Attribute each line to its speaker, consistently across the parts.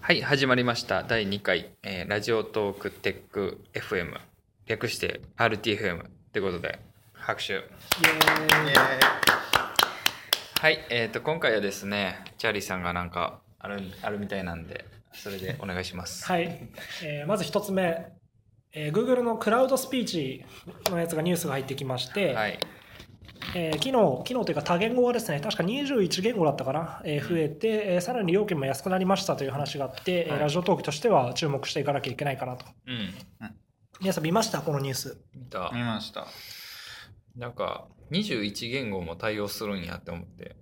Speaker 1: はい、始まりました。第2回、えーラジオトークテック FM、略して RTFM ってことで、拍手。はい、えっ、と、今回はですね、チャーリーさんがなんかあるあるみたいなんで、それでお願いします。
Speaker 2: はい、えーまず一つ目、えー Google のクラウドスピーチのやつがニュースが入ってきまして、
Speaker 1: はい、
Speaker 2: えー昨日昨日というか多言語がですね確か21言語だったかな、えー増えて、えーさらに料金も安くなりましたという話があって、えー
Speaker 1: はい
Speaker 2: ラジオトークとしては注目していかなきゃいけないかなと
Speaker 1: うん、
Speaker 2: 皆さん見ましたこのニュース
Speaker 1: 見た。
Speaker 3: 見ました。
Speaker 1: なんか、21言語も対応するんやって思って。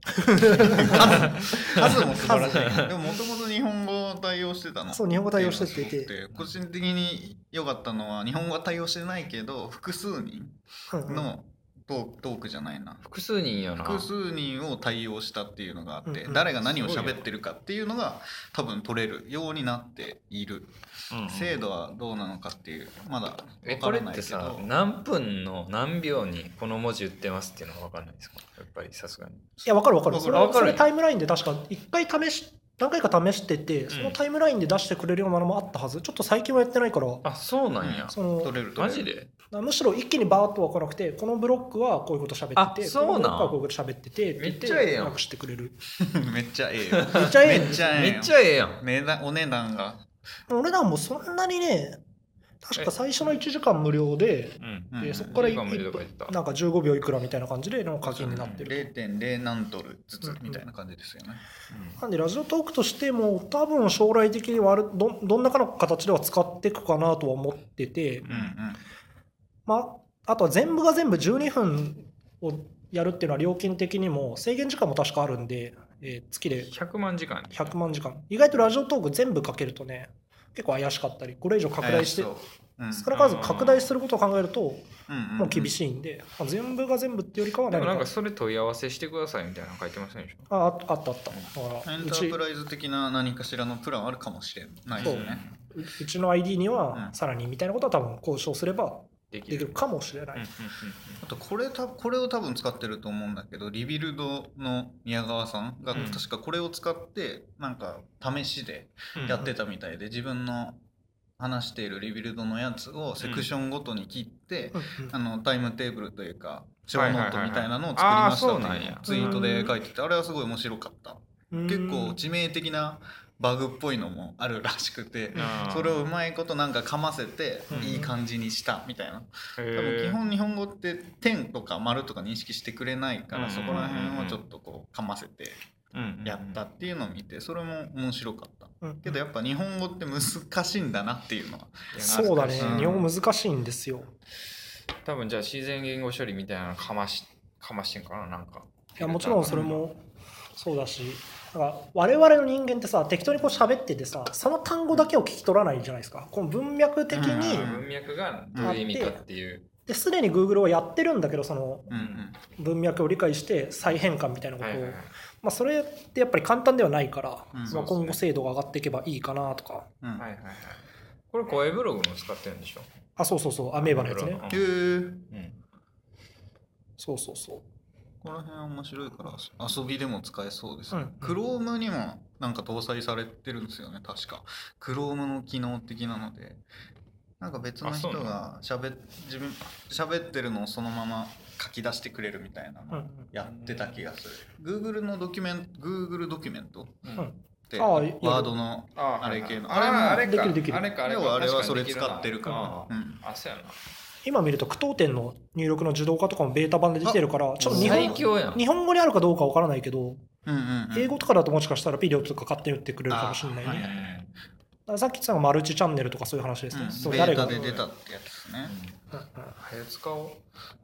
Speaker 3: 数も素晴らしい。 でももともと日本語を対応してたの。
Speaker 2: そう日本語対応してて
Speaker 3: っていうのがすごくて個人的に良かったのは、日本語は対応してないけど、複数人
Speaker 2: うんうん
Speaker 3: のトークトークじゃないな。
Speaker 1: 複数人よな。
Speaker 3: 複数人を対応したっていうのがあって、
Speaker 2: うんうん
Speaker 3: 誰が何を喋ってるかっていうのが多分取れるようになっている。
Speaker 1: うんうん
Speaker 3: 精度はどうなのかっていう、まだ
Speaker 1: え
Speaker 3: 分
Speaker 1: こ
Speaker 3: か
Speaker 1: れ
Speaker 3: ら
Speaker 1: っ
Speaker 3: ない
Speaker 1: て
Speaker 3: け
Speaker 1: さ
Speaker 3: ど、
Speaker 1: 何分の何秒にこの文字言ってますっていうのは分かんないですかやっぱりさすがに。
Speaker 2: いや分かる分かる
Speaker 3: わか
Speaker 2: そ
Speaker 3: る
Speaker 2: れ
Speaker 1: わかる
Speaker 2: それタイムラインで確か一回試し何回か試しててそのタイムラインで出してくれるようなのもあったはずちょっと最近はやってないから
Speaker 1: あそうなんや。
Speaker 2: その
Speaker 3: 取れる取れ
Speaker 1: マ
Speaker 3: る。
Speaker 1: ジで
Speaker 2: むしろ一気にバーッと分からなくてこのブロックはこういうこと喋って
Speaker 1: あ
Speaker 2: て
Speaker 1: そうなん
Speaker 2: このブロックはこういうこと喋ってて
Speaker 1: めっちゃええやん
Speaker 2: なくしてくれる
Speaker 3: めっちゃええよ。
Speaker 2: めっちゃええ
Speaker 3: めっちゃ ええ
Speaker 1: め
Speaker 3: よ
Speaker 1: っちゃええやん。
Speaker 3: 値段お値段が。
Speaker 2: お値段もそんなにね確か最初の1時間無料で、
Speaker 1: うん
Speaker 3: うん
Speaker 2: でそこから
Speaker 1: 時間無料とか言ってた
Speaker 2: なんか15秒いくらみたいな感じでの課金になってる、
Speaker 3: 0.0何ドルずつみたいな感じですよね。
Speaker 2: なんでラジオトークとしても多分将来的にはあるどどんなかの形では使っていくかなとは思ってて、
Speaker 1: ん
Speaker 3: うんうん
Speaker 2: まあ、あとは全部が全部12分をやるっていうのは料金的にも制限時間も確かあるんで、えー月で
Speaker 1: 100万時間。
Speaker 2: 100万時間意外とラジオトーク全部かけるとね結構怪しかったりこれ以上拡大して
Speaker 3: 怪し
Speaker 2: 少
Speaker 3: そう
Speaker 2: なからず拡大することを考えるとも
Speaker 3: うんうんうん
Speaker 2: う厳しいんで、まあ全部が全部っていうよりかは
Speaker 1: でもなん
Speaker 2: 何
Speaker 1: か
Speaker 2: か
Speaker 1: それ問い合わせしてくださいみたいなの書いてませんでしょ
Speaker 2: あああったあっただか
Speaker 3: エ
Speaker 2: ら
Speaker 3: ン
Speaker 2: う
Speaker 3: ター
Speaker 2: ち
Speaker 3: プライズ的な何かしらのプランあるかもしれないですね。
Speaker 2: うちの ID には
Speaker 3: うん
Speaker 2: さらにみたいなことは多分交渉すれば
Speaker 1: でき
Speaker 2: できる
Speaker 1: る。
Speaker 2: かもしれな
Speaker 1: うんうん
Speaker 2: い、
Speaker 3: あとこれたこれを多分使ってると思うんだけどリビルドの宮川さんが
Speaker 1: うん
Speaker 3: 確かこれを使ってなんか試しで
Speaker 1: うん
Speaker 3: やってたみたいで自分の話しているリビルドのやつをセクションごとに切って
Speaker 2: うん
Speaker 3: あのタイムテーブルというか小
Speaker 1: は
Speaker 3: ノ
Speaker 1: いはいはいは
Speaker 3: ート
Speaker 1: い
Speaker 3: みたいなのを作りました
Speaker 1: あーそう
Speaker 3: っ
Speaker 1: な
Speaker 3: て
Speaker 1: ん
Speaker 3: い
Speaker 1: や
Speaker 3: うツイートで書いててあれはすごい面白かった。
Speaker 2: うん
Speaker 3: 結構致命的なバグっぽいのもあるらしくて
Speaker 1: あー
Speaker 3: それをうまいことなんかかませて
Speaker 2: うん
Speaker 3: いい感じにしたみたいな
Speaker 1: へ
Speaker 3: 多
Speaker 1: ー
Speaker 3: 分基本日本語って点とか丸とか認識してくれないか
Speaker 1: うん
Speaker 3: らそこら辺をちょっとこうかませて
Speaker 1: うんうん
Speaker 3: やったっていうのを見てそれも面白かった
Speaker 2: うん
Speaker 3: けどやっぱ日本語って難しいんだなっていうのは
Speaker 2: そうだね、
Speaker 3: うん
Speaker 2: 日本難しいんですよ
Speaker 1: 多分じゃあ自然言語処理みたいなのかましかましてんかななんか。
Speaker 2: いやもちろんそれもそうだしなんか我々の人間ってさ適当にこう喋っててさその単語だけを聞き取らないじゃないですかこの文脈的
Speaker 1: あ
Speaker 2: に、
Speaker 1: ー文脈がどういう意味かっていう。
Speaker 2: ですでに Google はやってるんだけどその
Speaker 3: うんうん
Speaker 2: 文脈を理解して再変換みたいなことを、
Speaker 1: はいはいはい
Speaker 2: まあ、それってやっぱり簡単ではないから、
Speaker 3: うんそ
Speaker 2: ま
Speaker 3: う
Speaker 2: あ、
Speaker 3: ですね
Speaker 2: 今後精度が上がっていけばいいかなとか
Speaker 3: うん
Speaker 1: はいはいはい。これ声ブログも使ってるんでしょ
Speaker 2: あそうそうそうアメーバのやつね
Speaker 3: へー
Speaker 1: うん
Speaker 2: そうそうそ
Speaker 3: この辺面白いから遊びでも使えそうです
Speaker 2: うん
Speaker 3: ね。クロームにもなんか搭載されてるんですよね、確か。クロームの機能的なので、なんか別の人
Speaker 1: あそうな
Speaker 3: が喋っ自分喋ってるのをそのまま書き出してくれるみたいな
Speaker 2: う、うん
Speaker 3: のやってた気がする。Google のドキュメント、Google ドキュメントっ
Speaker 1: うん
Speaker 2: うん
Speaker 3: て
Speaker 2: ああいや
Speaker 3: ワードの
Speaker 1: あ
Speaker 3: あれ系の
Speaker 1: あれも
Speaker 3: あ
Speaker 1: あ
Speaker 3: れ
Speaker 1: れ
Speaker 2: も
Speaker 1: か
Speaker 2: できるできる
Speaker 1: あれかあれ
Speaker 3: 要
Speaker 1: か
Speaker 3: はあれはそれ
Speaker 1: 確
Speaker 3: 使
Speaker 1: かにできな
Speaker 3: ってるから。うん
Speaker 1: あそうやな
Speaker 2: 今見ると句読点の入力の自動化とかもベータ版でできてるからちょっと日
Speaker 1: 最
Speaker 2: 本
Speaker 1: 強やん
Speaker 2: 日本語にあるかどうかわからないけど
Speaker 3: うんうんうん
Speaker 2: 英語とかだともしかしたらピリオドとか勝手に打ってくれるかもしれないね、
Speaker 3: あーはい
Speaker 2: だからさっき言ってたのがマルチチャンネルとかそういう話ですね、
Speaker 3: うん
Speaker 2: そう
Speaker 3: ベー
Speaker 2: 誰が
Speaker 3: タで出たってやつですね。
Speaker 2: うんうん
Speaker 1: 早使おう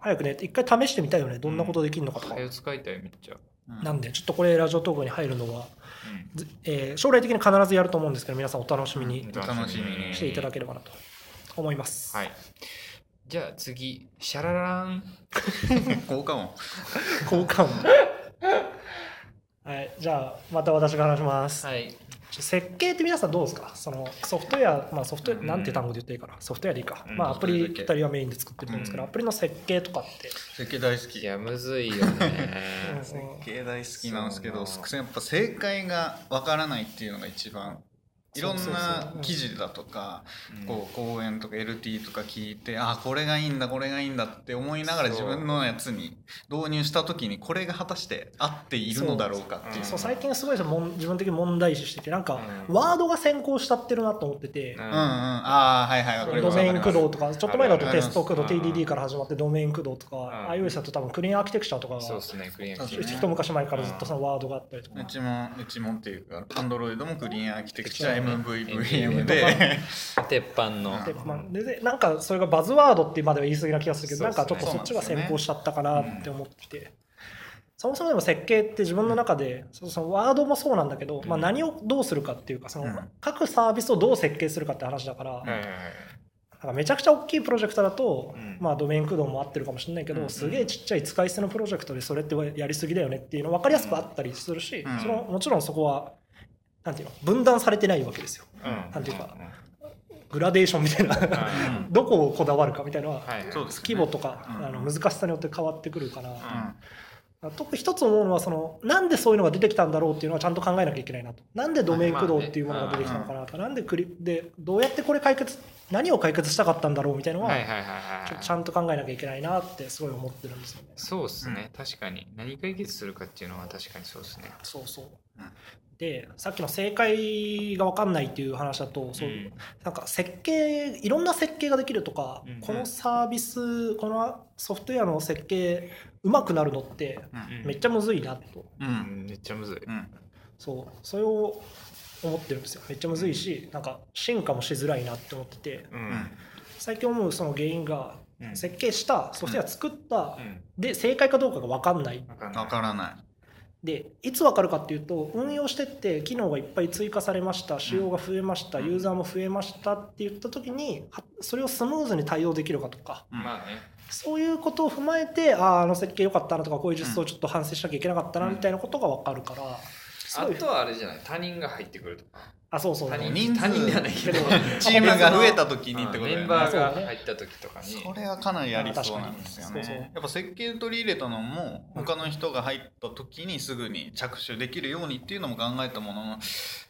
Speaker 2: 早くね一回試してみたいよねどんなことできるのかとか、
Speaker 1: 早使いたいめっちゃ
Speaker 3: うん
Speaker 2: なんでちょっとこれラジオトークに入るのは、ぜえー将来的に必ずやると思うんですけど皆さんお楽しみに
Speaker 3: お楽しみに
Speaker 2: していただければなと思います、
Speaker 1: はいじゃあ次シャララン
Speaker 3: 効果音。
Speaker 2: 交換音 はいじゃあまた私が話します、
Speaker 1: はい
Speaker 2: 設計って皆さんどうですかそのソフトウェア、まあ、ソフトウェア、
Speaker 1: うん
Speaker 2: なんて単語で言っていいかなソフトウェアでいいか、
Speaker 1: うん
Speaker 2: まあ、アプリ
Speaker 3: それだけ
Speaker 2: 2人はメインで作ってると思うんですけど、
Speaker 1: うん
Speaker 2: アプリの設計とかって、
Speaker 3: 設計大好き
Speaker 1: い。やむずいよね
Speaker 2: うん
Speaker 3: 大好きなんですけど
Speaker 1: そう
Speaker 3: やっぱ正解がわからないっていうのが一番いろん
Speaker 2: そうそうそう
Speaker 3: な
Speaker 2: うん
Speaker 3: 記事だとか、
Speaker 1: うん
Speaker 3: こう講演とか LT とか聞いてあこれがいいんだこれがいいんだって思いながら自分のやつに導入した時にこれが果たして合っているのだろうかっていう
Speaker 2: そう最近すごいもん自分的に問題視しててなんか、
Speaker 1: うん
Speaker 2: ワードが先行しちゃってるなと思ってて、
Speaker 1: うん
Speaker 3: うんうんああはいはいわかりま
Speaker 2: ド
Speaker 3: すわ
Speaker 2: メイ
Speaker 3: か
Speaker 2: ン
Speaker 3: り
Speaker 2: 駆
Speaker 3: ます
Speaker 2: 動とかちょっと前だと
Speaker 3: あり
Speaker 2: テ
Speaker 3: ます
Speaker 2: スト駆動
Speaker 1: うん
Speaker 2: TDD から始まってドメイン駆動とか、
Speaker 1: うん
Speaker 2: iOS だと多分クリーンアーキテクチャとかが
Speaker 1: そうですね、クリーンアーキテクチャ
Speaker 2: 一昔前からずっとそのワードがあったりとか
Speaker 3: うちもうちもっていうかアンドロイドもクリーンアーキテクチャ
Speaker 1: MVVM
Speaker 3: MVVM で
Speaker 1: 鉄板の。
Speaker 3: うん
Speaker 2: でまあででなんかそれがバズワードってまでは言い過ぎな気がするけど、
Speaker 1: そう
Speaker 2: な
Speaker 1: で
Speaker 2: ん
Speaker 1: すね
Speaker 2: かちょっとそっちが先行しちゃったかなって思ってて、そもそもでも設計って自分の中で、そそのワードもそうなんだけど、まあ、
Speaker 1: うん
Speaker 2: 何をどうするかっていうかその、
Speaker 3: うん
Speaker 2: 各サービスをどう設計するかって話だから、
Speaker 1: はいはい
Speaker 2: なんかめちゃくちゃ大きいプロジェクトだと、
Speaker 1: うん
Speaker 2: まあ、ドメイン駆動も合ってるかもしれないけど、
Speaker 1: うん
Speaker 2: すげえちっちゃい使い捨てのプロジェクトでそれってやりすぎだよねっていうの分かりやすくあったりするし、
Speaker 3: うん
Speaker 2: そのもちろんそこはなんていうの分断されてないわけですよ
Speaker 1: はい。
Speaker 2: なんていうかグラデーションみたいな
Speaker 3: うん
Speaker 2: どこをこだわるかみたいなのは、
Speaker 1: はいはい。
Speaker 3: そうですね
Speaker 2: 規模とか、
Speaker 3: うん
Speaker 2: あの難しさによって変わってくるから、
Speaker 3: う
Speaker 2: だか
Speaker 3: ん
Speaker 2: ら特に一つ思うのはそのなんでそういうのが出てきたんだろうっていうのはちゃんと考えなきゃいけないなとなんでドメイン駆動っていうものが出てきたのかなとかなんでクリでどうやってこれ解決何を解決したかったんだろうみたいなのは、
Speaker 1: はいはいはいはい
Speaker 2: ちょ
Speaker 1: はい。
Speaker 2: ちゃんと考えなきゃいけないなってすごい思ってるんですよね。
Speaker 1: そうですね、確かに。何解決するかっていうのは確かにそうですね。
Speaker 2: そうそう
Speaker 3: うん
Speaker 2: でさっきの正解が分かんないっていう話だとそう、
Speaker 1: ん
Speaker 2: なんか設計いろんな設計ができるとか、
Speaker 1: うん
Speaker 2: このサービスこのソフトウェアの設計うまくなるのって
Speaker 3: うん
Speaker 2: めっちゃむずいなと、
Speaker 3: う
Speaker 1: うんんめっちゃむずい。
Speaker 3: うん
Speaker 2: そうそれを思ってるんですよめっちゃむずいしなんか進化もしづらいなって思ってて
Speaker 1: う
Speaker 3: うん
Speaker 1: ん。
Speaker 2: 最近思うその原因が
Speaker 1: うん
Speaker 2: 設計したソフトウェア作った、
Speaker 1: うん。
Speaker 2: で正解かどうかが分かんない
Speaker 1: わかんない
Speaker 3: わからない
Speaker 2: でいつ分かるかっていうと運用してって機能がいっぱい追加されました仕様が増えました
Speaker 3: うん
Speaker 2: ユーザーも増えましたって言った時にはそれをスムーズに対応できるかとか
Speaker 3: うん
Speaker 1: まあね。
Speaker 2: そういうことを踏まえてあああの設計良かったなとかこういう実装ちょっと反省しなきゃいけなかったな
Speaker 1: うん
Speaker 2: みたいなことが分かるからす
Speaker 1: あ
Speaker 2: ごい
Speaker 1: とはあれじゃない、他人が入ってくるとか。
Speaker 2: あそうそう
Speaker 1: 他人
Speaker 3: 人数
Speaker 1: 他人ではないけど、
Speaker 3: チームが増えた時にってことだ
Speaker 1: メ
Speaker 3: よね
Speaker 1: ンバーが入った時とかに。
Speaker 3: それはかなりやりそうなんですよ
Speaker 2: あ確かにそう
Speaker 3: ね
Speaker 2: そ。
Speaker 3: やっぱ設計取り入れたのも他の人が入った時にすぐに着手できるようにっていうのも考えたものの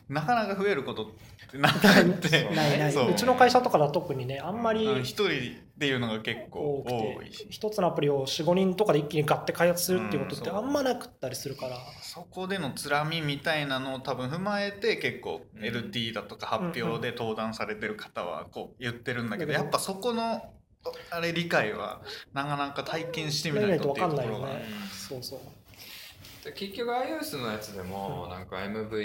Speaker 3: なかなか増えることってなくって
Speaker 1: そう
Speaker 2: ないないう
Speaker 3: そう
Speaker 2: ちの会社とかだと特にねあんま
Speaker 3: うん
Speaker 2: り
Speaker 3: 一人っていうのが結
Speaker 2: 多
Speaker 3: 構
Speaker 2: く
Speaker 3: 多
Speaker 2: て
Speaker 3: いし
Speaker 2: 一つのアプリを45人とかで一気にガッて開発するっていうことって
Speaker 3: うんそ
Speaker 2: あ
Speaker 3: うん
Speaker 2: まなくったりするから。
Speaker 3: そこでのつらみみたいなのを多分踏まえて結構
Speaker 1: うん
Speaker 3: LT だとか発表で登壇されてる方はこう言ってるんだけど
Speaker 2: だけ
Speaker 3: や
Speaker 2: ど
Speaker 3: っぱそこのあれ理解はなかなか体験してみないとっていう
Speaker 2: わ
Speaker 3: ところが
Speaker 2: かんないよね
Speaker 1: うん
Speaker 2: そうそう
Speaker 1: で結局 iOS のやつでも
Speaker 2: うん
Speaker 1: なんか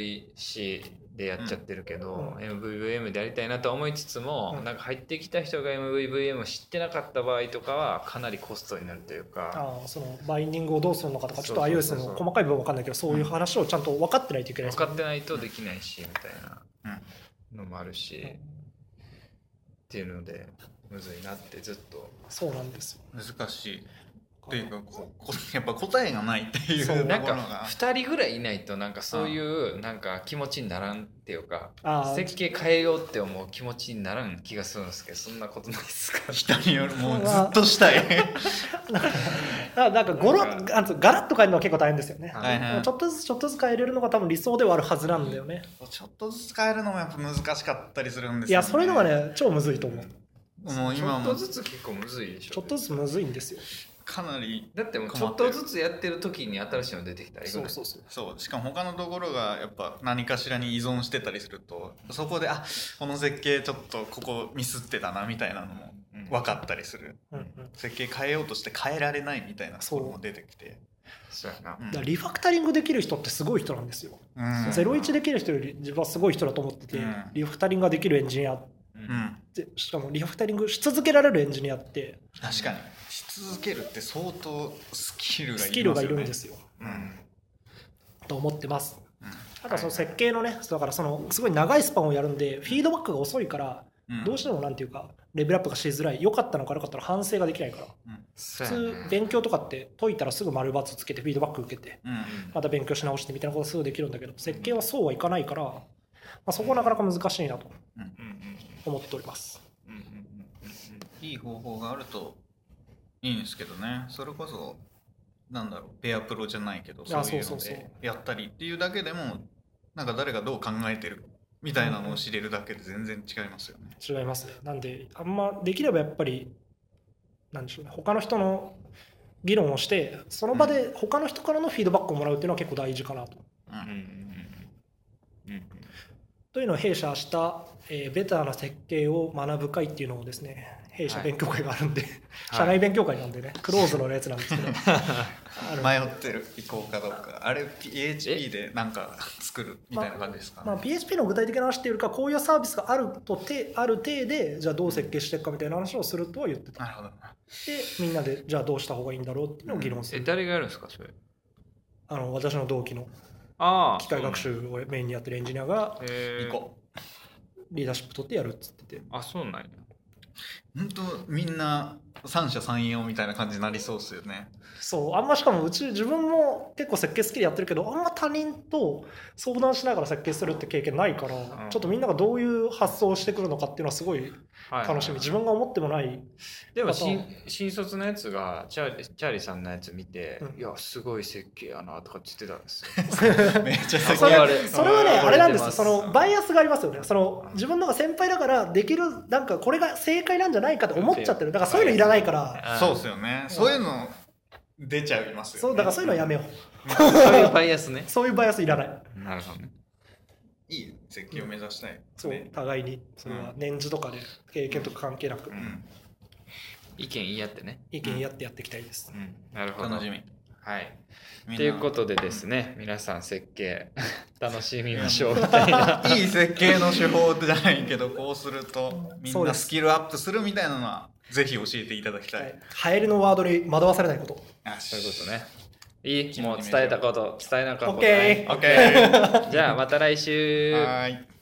Speaker 1: MVC でやっちゃってるけど、
Speaker 2: うん
Speaker 1: MVVM でやりたいなとは思いつつも、
Speaker 2: うん
Speaker 1: なんか入ってきた人が MVVM を知ってなかった場合とかはかなりコストになるというか
Speaker 2: あーそのバインディングをどうするのかとかちょっと
Speaker 1: そうそう
Speaker 2: iOS
Speaker 1: そうそう
Speaker 2: の細かい部分分かんないけどそういう話をちゃんと分かってないといけない
Speaker 1: 分
Speaker 2: です
Speaker 1: か
Speaker 2: よね
Speaker 1: ってないとできないしみたいなのもあるし、
Speaker 2: うん
Speaker 1: っていうのでむずいなってずっと
Speaker 2: そうなんですよ
Speaker 3: 難しいっていうかこうこやっぱ答えがないっていうと
Speaker 2: そ
Speaker 3: こ
Speaker 2: う
Speaker 3: ろ
Speaker 1: なんか
Speaker 3: が
Speaker 1: 2人ぐらいいないとなんかそういうなんか気持ちにならんっていうか
Speaker 2: あー
Speaker 1: 設計変えようって思う気持ちにならん気がするんですけどそんなことないですか
Speaker 3: 人によるもうずっとしたい
Speaker 2: だなんかゴロ
Speaker 1: なん
Speaker 2: あのガラッと変えるのは結構大変ですよね
Speaker 1: は
Speaker 3: 大変
Speaker 2: ちょっとずつちょっとずつ変えれるのが多分理想ではあるはずなんだよね
Speaker 3: ちょっとずつ変えるのもやっぱ難しかったりするんですよ、ね、
Speaker 2: いやそれのがね超むずいと思う
Speaker 3: もう今
Speaker 1: ちょ
Speaker 3: も
Speaker 1: っとずつ結構むずいでしょ
Speaker 2: ちょっとずつむずいんですよ
Speaker 3: かなり
Speaker 1: だってもうち
Speaker 3: 困
Speaker 1: ょ
Speaker 3: っ
Speaker 1: って
Speaker 3: る
Speaker 1: とずつやってる時に新しいの出てきたらいく
Speaker 2: そ
Speaker 1: な
Speaker 2: う
Speaker 1: い
Speaker 2: そうそう
Speaker 3: そうしかも他のところがやっぱ何かしらに依存してたりするとそこであこの設計ちょっとここミスってたなみたいなのも
Speaker 1: うん
Speaker 3: 分かったりする
Speaker 2: うんうん
Speaker 3: 設計変えようとして変えられないみたいなところも出てきて
Speaker 1: そうやな
Speaker 3: う、ん
Speaker 2: だからリファクタリングできる人ってすごい人なんですよ
Speaker 3: うん
Speaker 2: 01できる人より自分はすごい人だと思ってて
Speaker 3: うん
Speaker 2: リファクタリングができるエンジニアっ
Speaker 1: うん
Speaker 3: うん
Speaker 2: てしかもリファクタリングし続けられるエンジニアって
Speaker 3: 確かにし続けるって相当スキルがいりますよ
Speaker 2: ス
Speaker 3: ね
Speaker 2: キルがいるんですよ
Speaker 1: うん
Speaker 2: と思ってます
Speaker 3: う
Speaker 2: あとはその設計のねだからそのすごい長いスパンをやるんでフィードバックが遅いから
Speaker 3: んん
Speaker 2: どうしてもなんていうかレベルアップがしづらい良かったのか悪かったのか反省ができないから
Speaker 1: そ
Speaker 2: 普
Speaker 1: うやね
Speaker 2: 通勉強とかって解いたらすぐ丸×つけてフィードバック受けて
Speaker 3: うん
Speaker 2: また勉強し直してみたいなことすぐできるんだけど設計はそうはいかないから、まあ、そこはなかなか難しいなと
Speaker 1: うんうん
Speaker 2: 思っております
Speaker 1: うんうんうんうんうん
Speaker 3: いい方法があるといいんですけどねそれこそなんだろうペアプロじゃないけど
Speaker 2: あ
Speaker 3: そういう
Speaker 2: そ
Speaker 3: の
Speaker 2: うそうそう
Speaker 3: でやったりっていうだけでもなんか誰がどう考えてるみたいなのを知れるだけで全然違いますよね。
Speaker 2: 違いますねなんであんまできればやっぱりなんでしょうね他の人の議論をしてその場で他の人からのフィードバックをもらうっていうのは結構大事かなと。
Speaker 3: う
Speaker 1: うん
Speaker 3: ん
Speaker 1: うんうんうん
Speaker 2: というのを弊社した、えーベターな設計を学ぶ会っていうのをですね弊社
Speaker 1: はい
Speaker 2: 勉強会があるんで、
Speaker 1: はい
Speaker 2: 社内勉強会なんでねクローズのやつなんです けどあの
Speaker 3: 迷ってる行こうかどうかあれ PHP でなんか作るみたいな感じですか、ね
Speaker 2: まあ、PHP の具体的な話っていうよりかこういうサービスがあるとてある体でじゃあどう設計していくかみたいな話をするとは言ってた
Speaker 3: なるほど
Speaker 2: でみんなでじゃあどうした方がいいんだろうっていうのを議論す
Speaker 1: え
Speaker 2: る、
Speaker 1: 誰がやるんですかそれ
Speaker 2: あの私の同期の
Speaker 1: ああ
Speaker 2: 機械学習をメインにやってるエンジニアが
Speaker 1: へえ
Speaker 3: 行こう
Speaker 2: リーダーシップ取ってやるっつってて
Speaker 1: あそうなんや
Speaker 3: 本当みんな三者三様みたいな感じになりそうですよね
Speaker 2: そうあんましかもうち自分も結構設計好きでやってるけどあんま他人と相談しながら設計するって経験ないから、
Speaker 1: うん
Speaker 2: ちょっとみんながどういう発想をしてくるのかっていうのはすごい
Speaker 1: はい
Speaker 2: 楽しみ、自分が思ってもない
Speaker 1: でも
Speaker 2: あと
Speaker 1: 新新卒のやつがチャーリチャーリーさんのやつ見て、
Speaker 2: うん
Speaker 1: いやすごい設計やなとかって言ってたんですよ
Speaker 3: めっちゃ
Speaker 1: あ
Speaker 3: 先
Speaker 2: それ
Speaker 1: 憧
Speaker 3: やる
Speaker 1: れ
Speaker 2: それはね、あれなんです
Speaker 1: 憧
Speaker 2: よ、
Speaker 1: て
Speaker 2: そのバイアスがありますよね、その自分のが先輩だから、できる、なんかこれが正解なんじゃないかと思っちゃってる、だからそういうのいらないから、
Speaker 1: あー
Speaker 3: そうですよねそういうの出ちゃいますよ、ね、
Speaker 2: そうだからそういうのはやめよ
Speaker 1: そういうバイアスね
Speaker 2: う、そういうバイアスいらない、
Speaker 1: なるほどね
Speaker 3: いい設計を目指したいです
Speaker 2: そう
Speaker 3: ね、
Speaker 2: 互いに、それは年次とかで経験とか関係なく
Speaker 3: う、ん
Speaker 1: 意見言い合ってね
Speaker 2: 意見やってやっていきたいです。
Speaker 1: うんなるほど
Speaker 3: 楽しみ
Speaker 1: はい
Speaker 3: みんな
Speaker 1: ということでですね皆さん設 計楽しみましょうみたいな
Speaker 3: いい設計の手法じゃないけどこうするとみ
Speaker 2: そ
Speaker 3: ん
Speaker 2: うで
Speaker 3: な
Speaker 2: す
Speaker 3: スキルアップするみたいなのはぜひ教えていただきた、
Speaker 2: はいい、流行りのワードに惑わされないこと。
Speaker 3: あ
Speaker 1: そういうことね いいもう伝えたこと伝えなかったこと、
Speaker 2: オッケー
Speaker 1: ね、
Speaker 3: OK
Speaker 1: じゃあまた来週
Speaker 3: はーい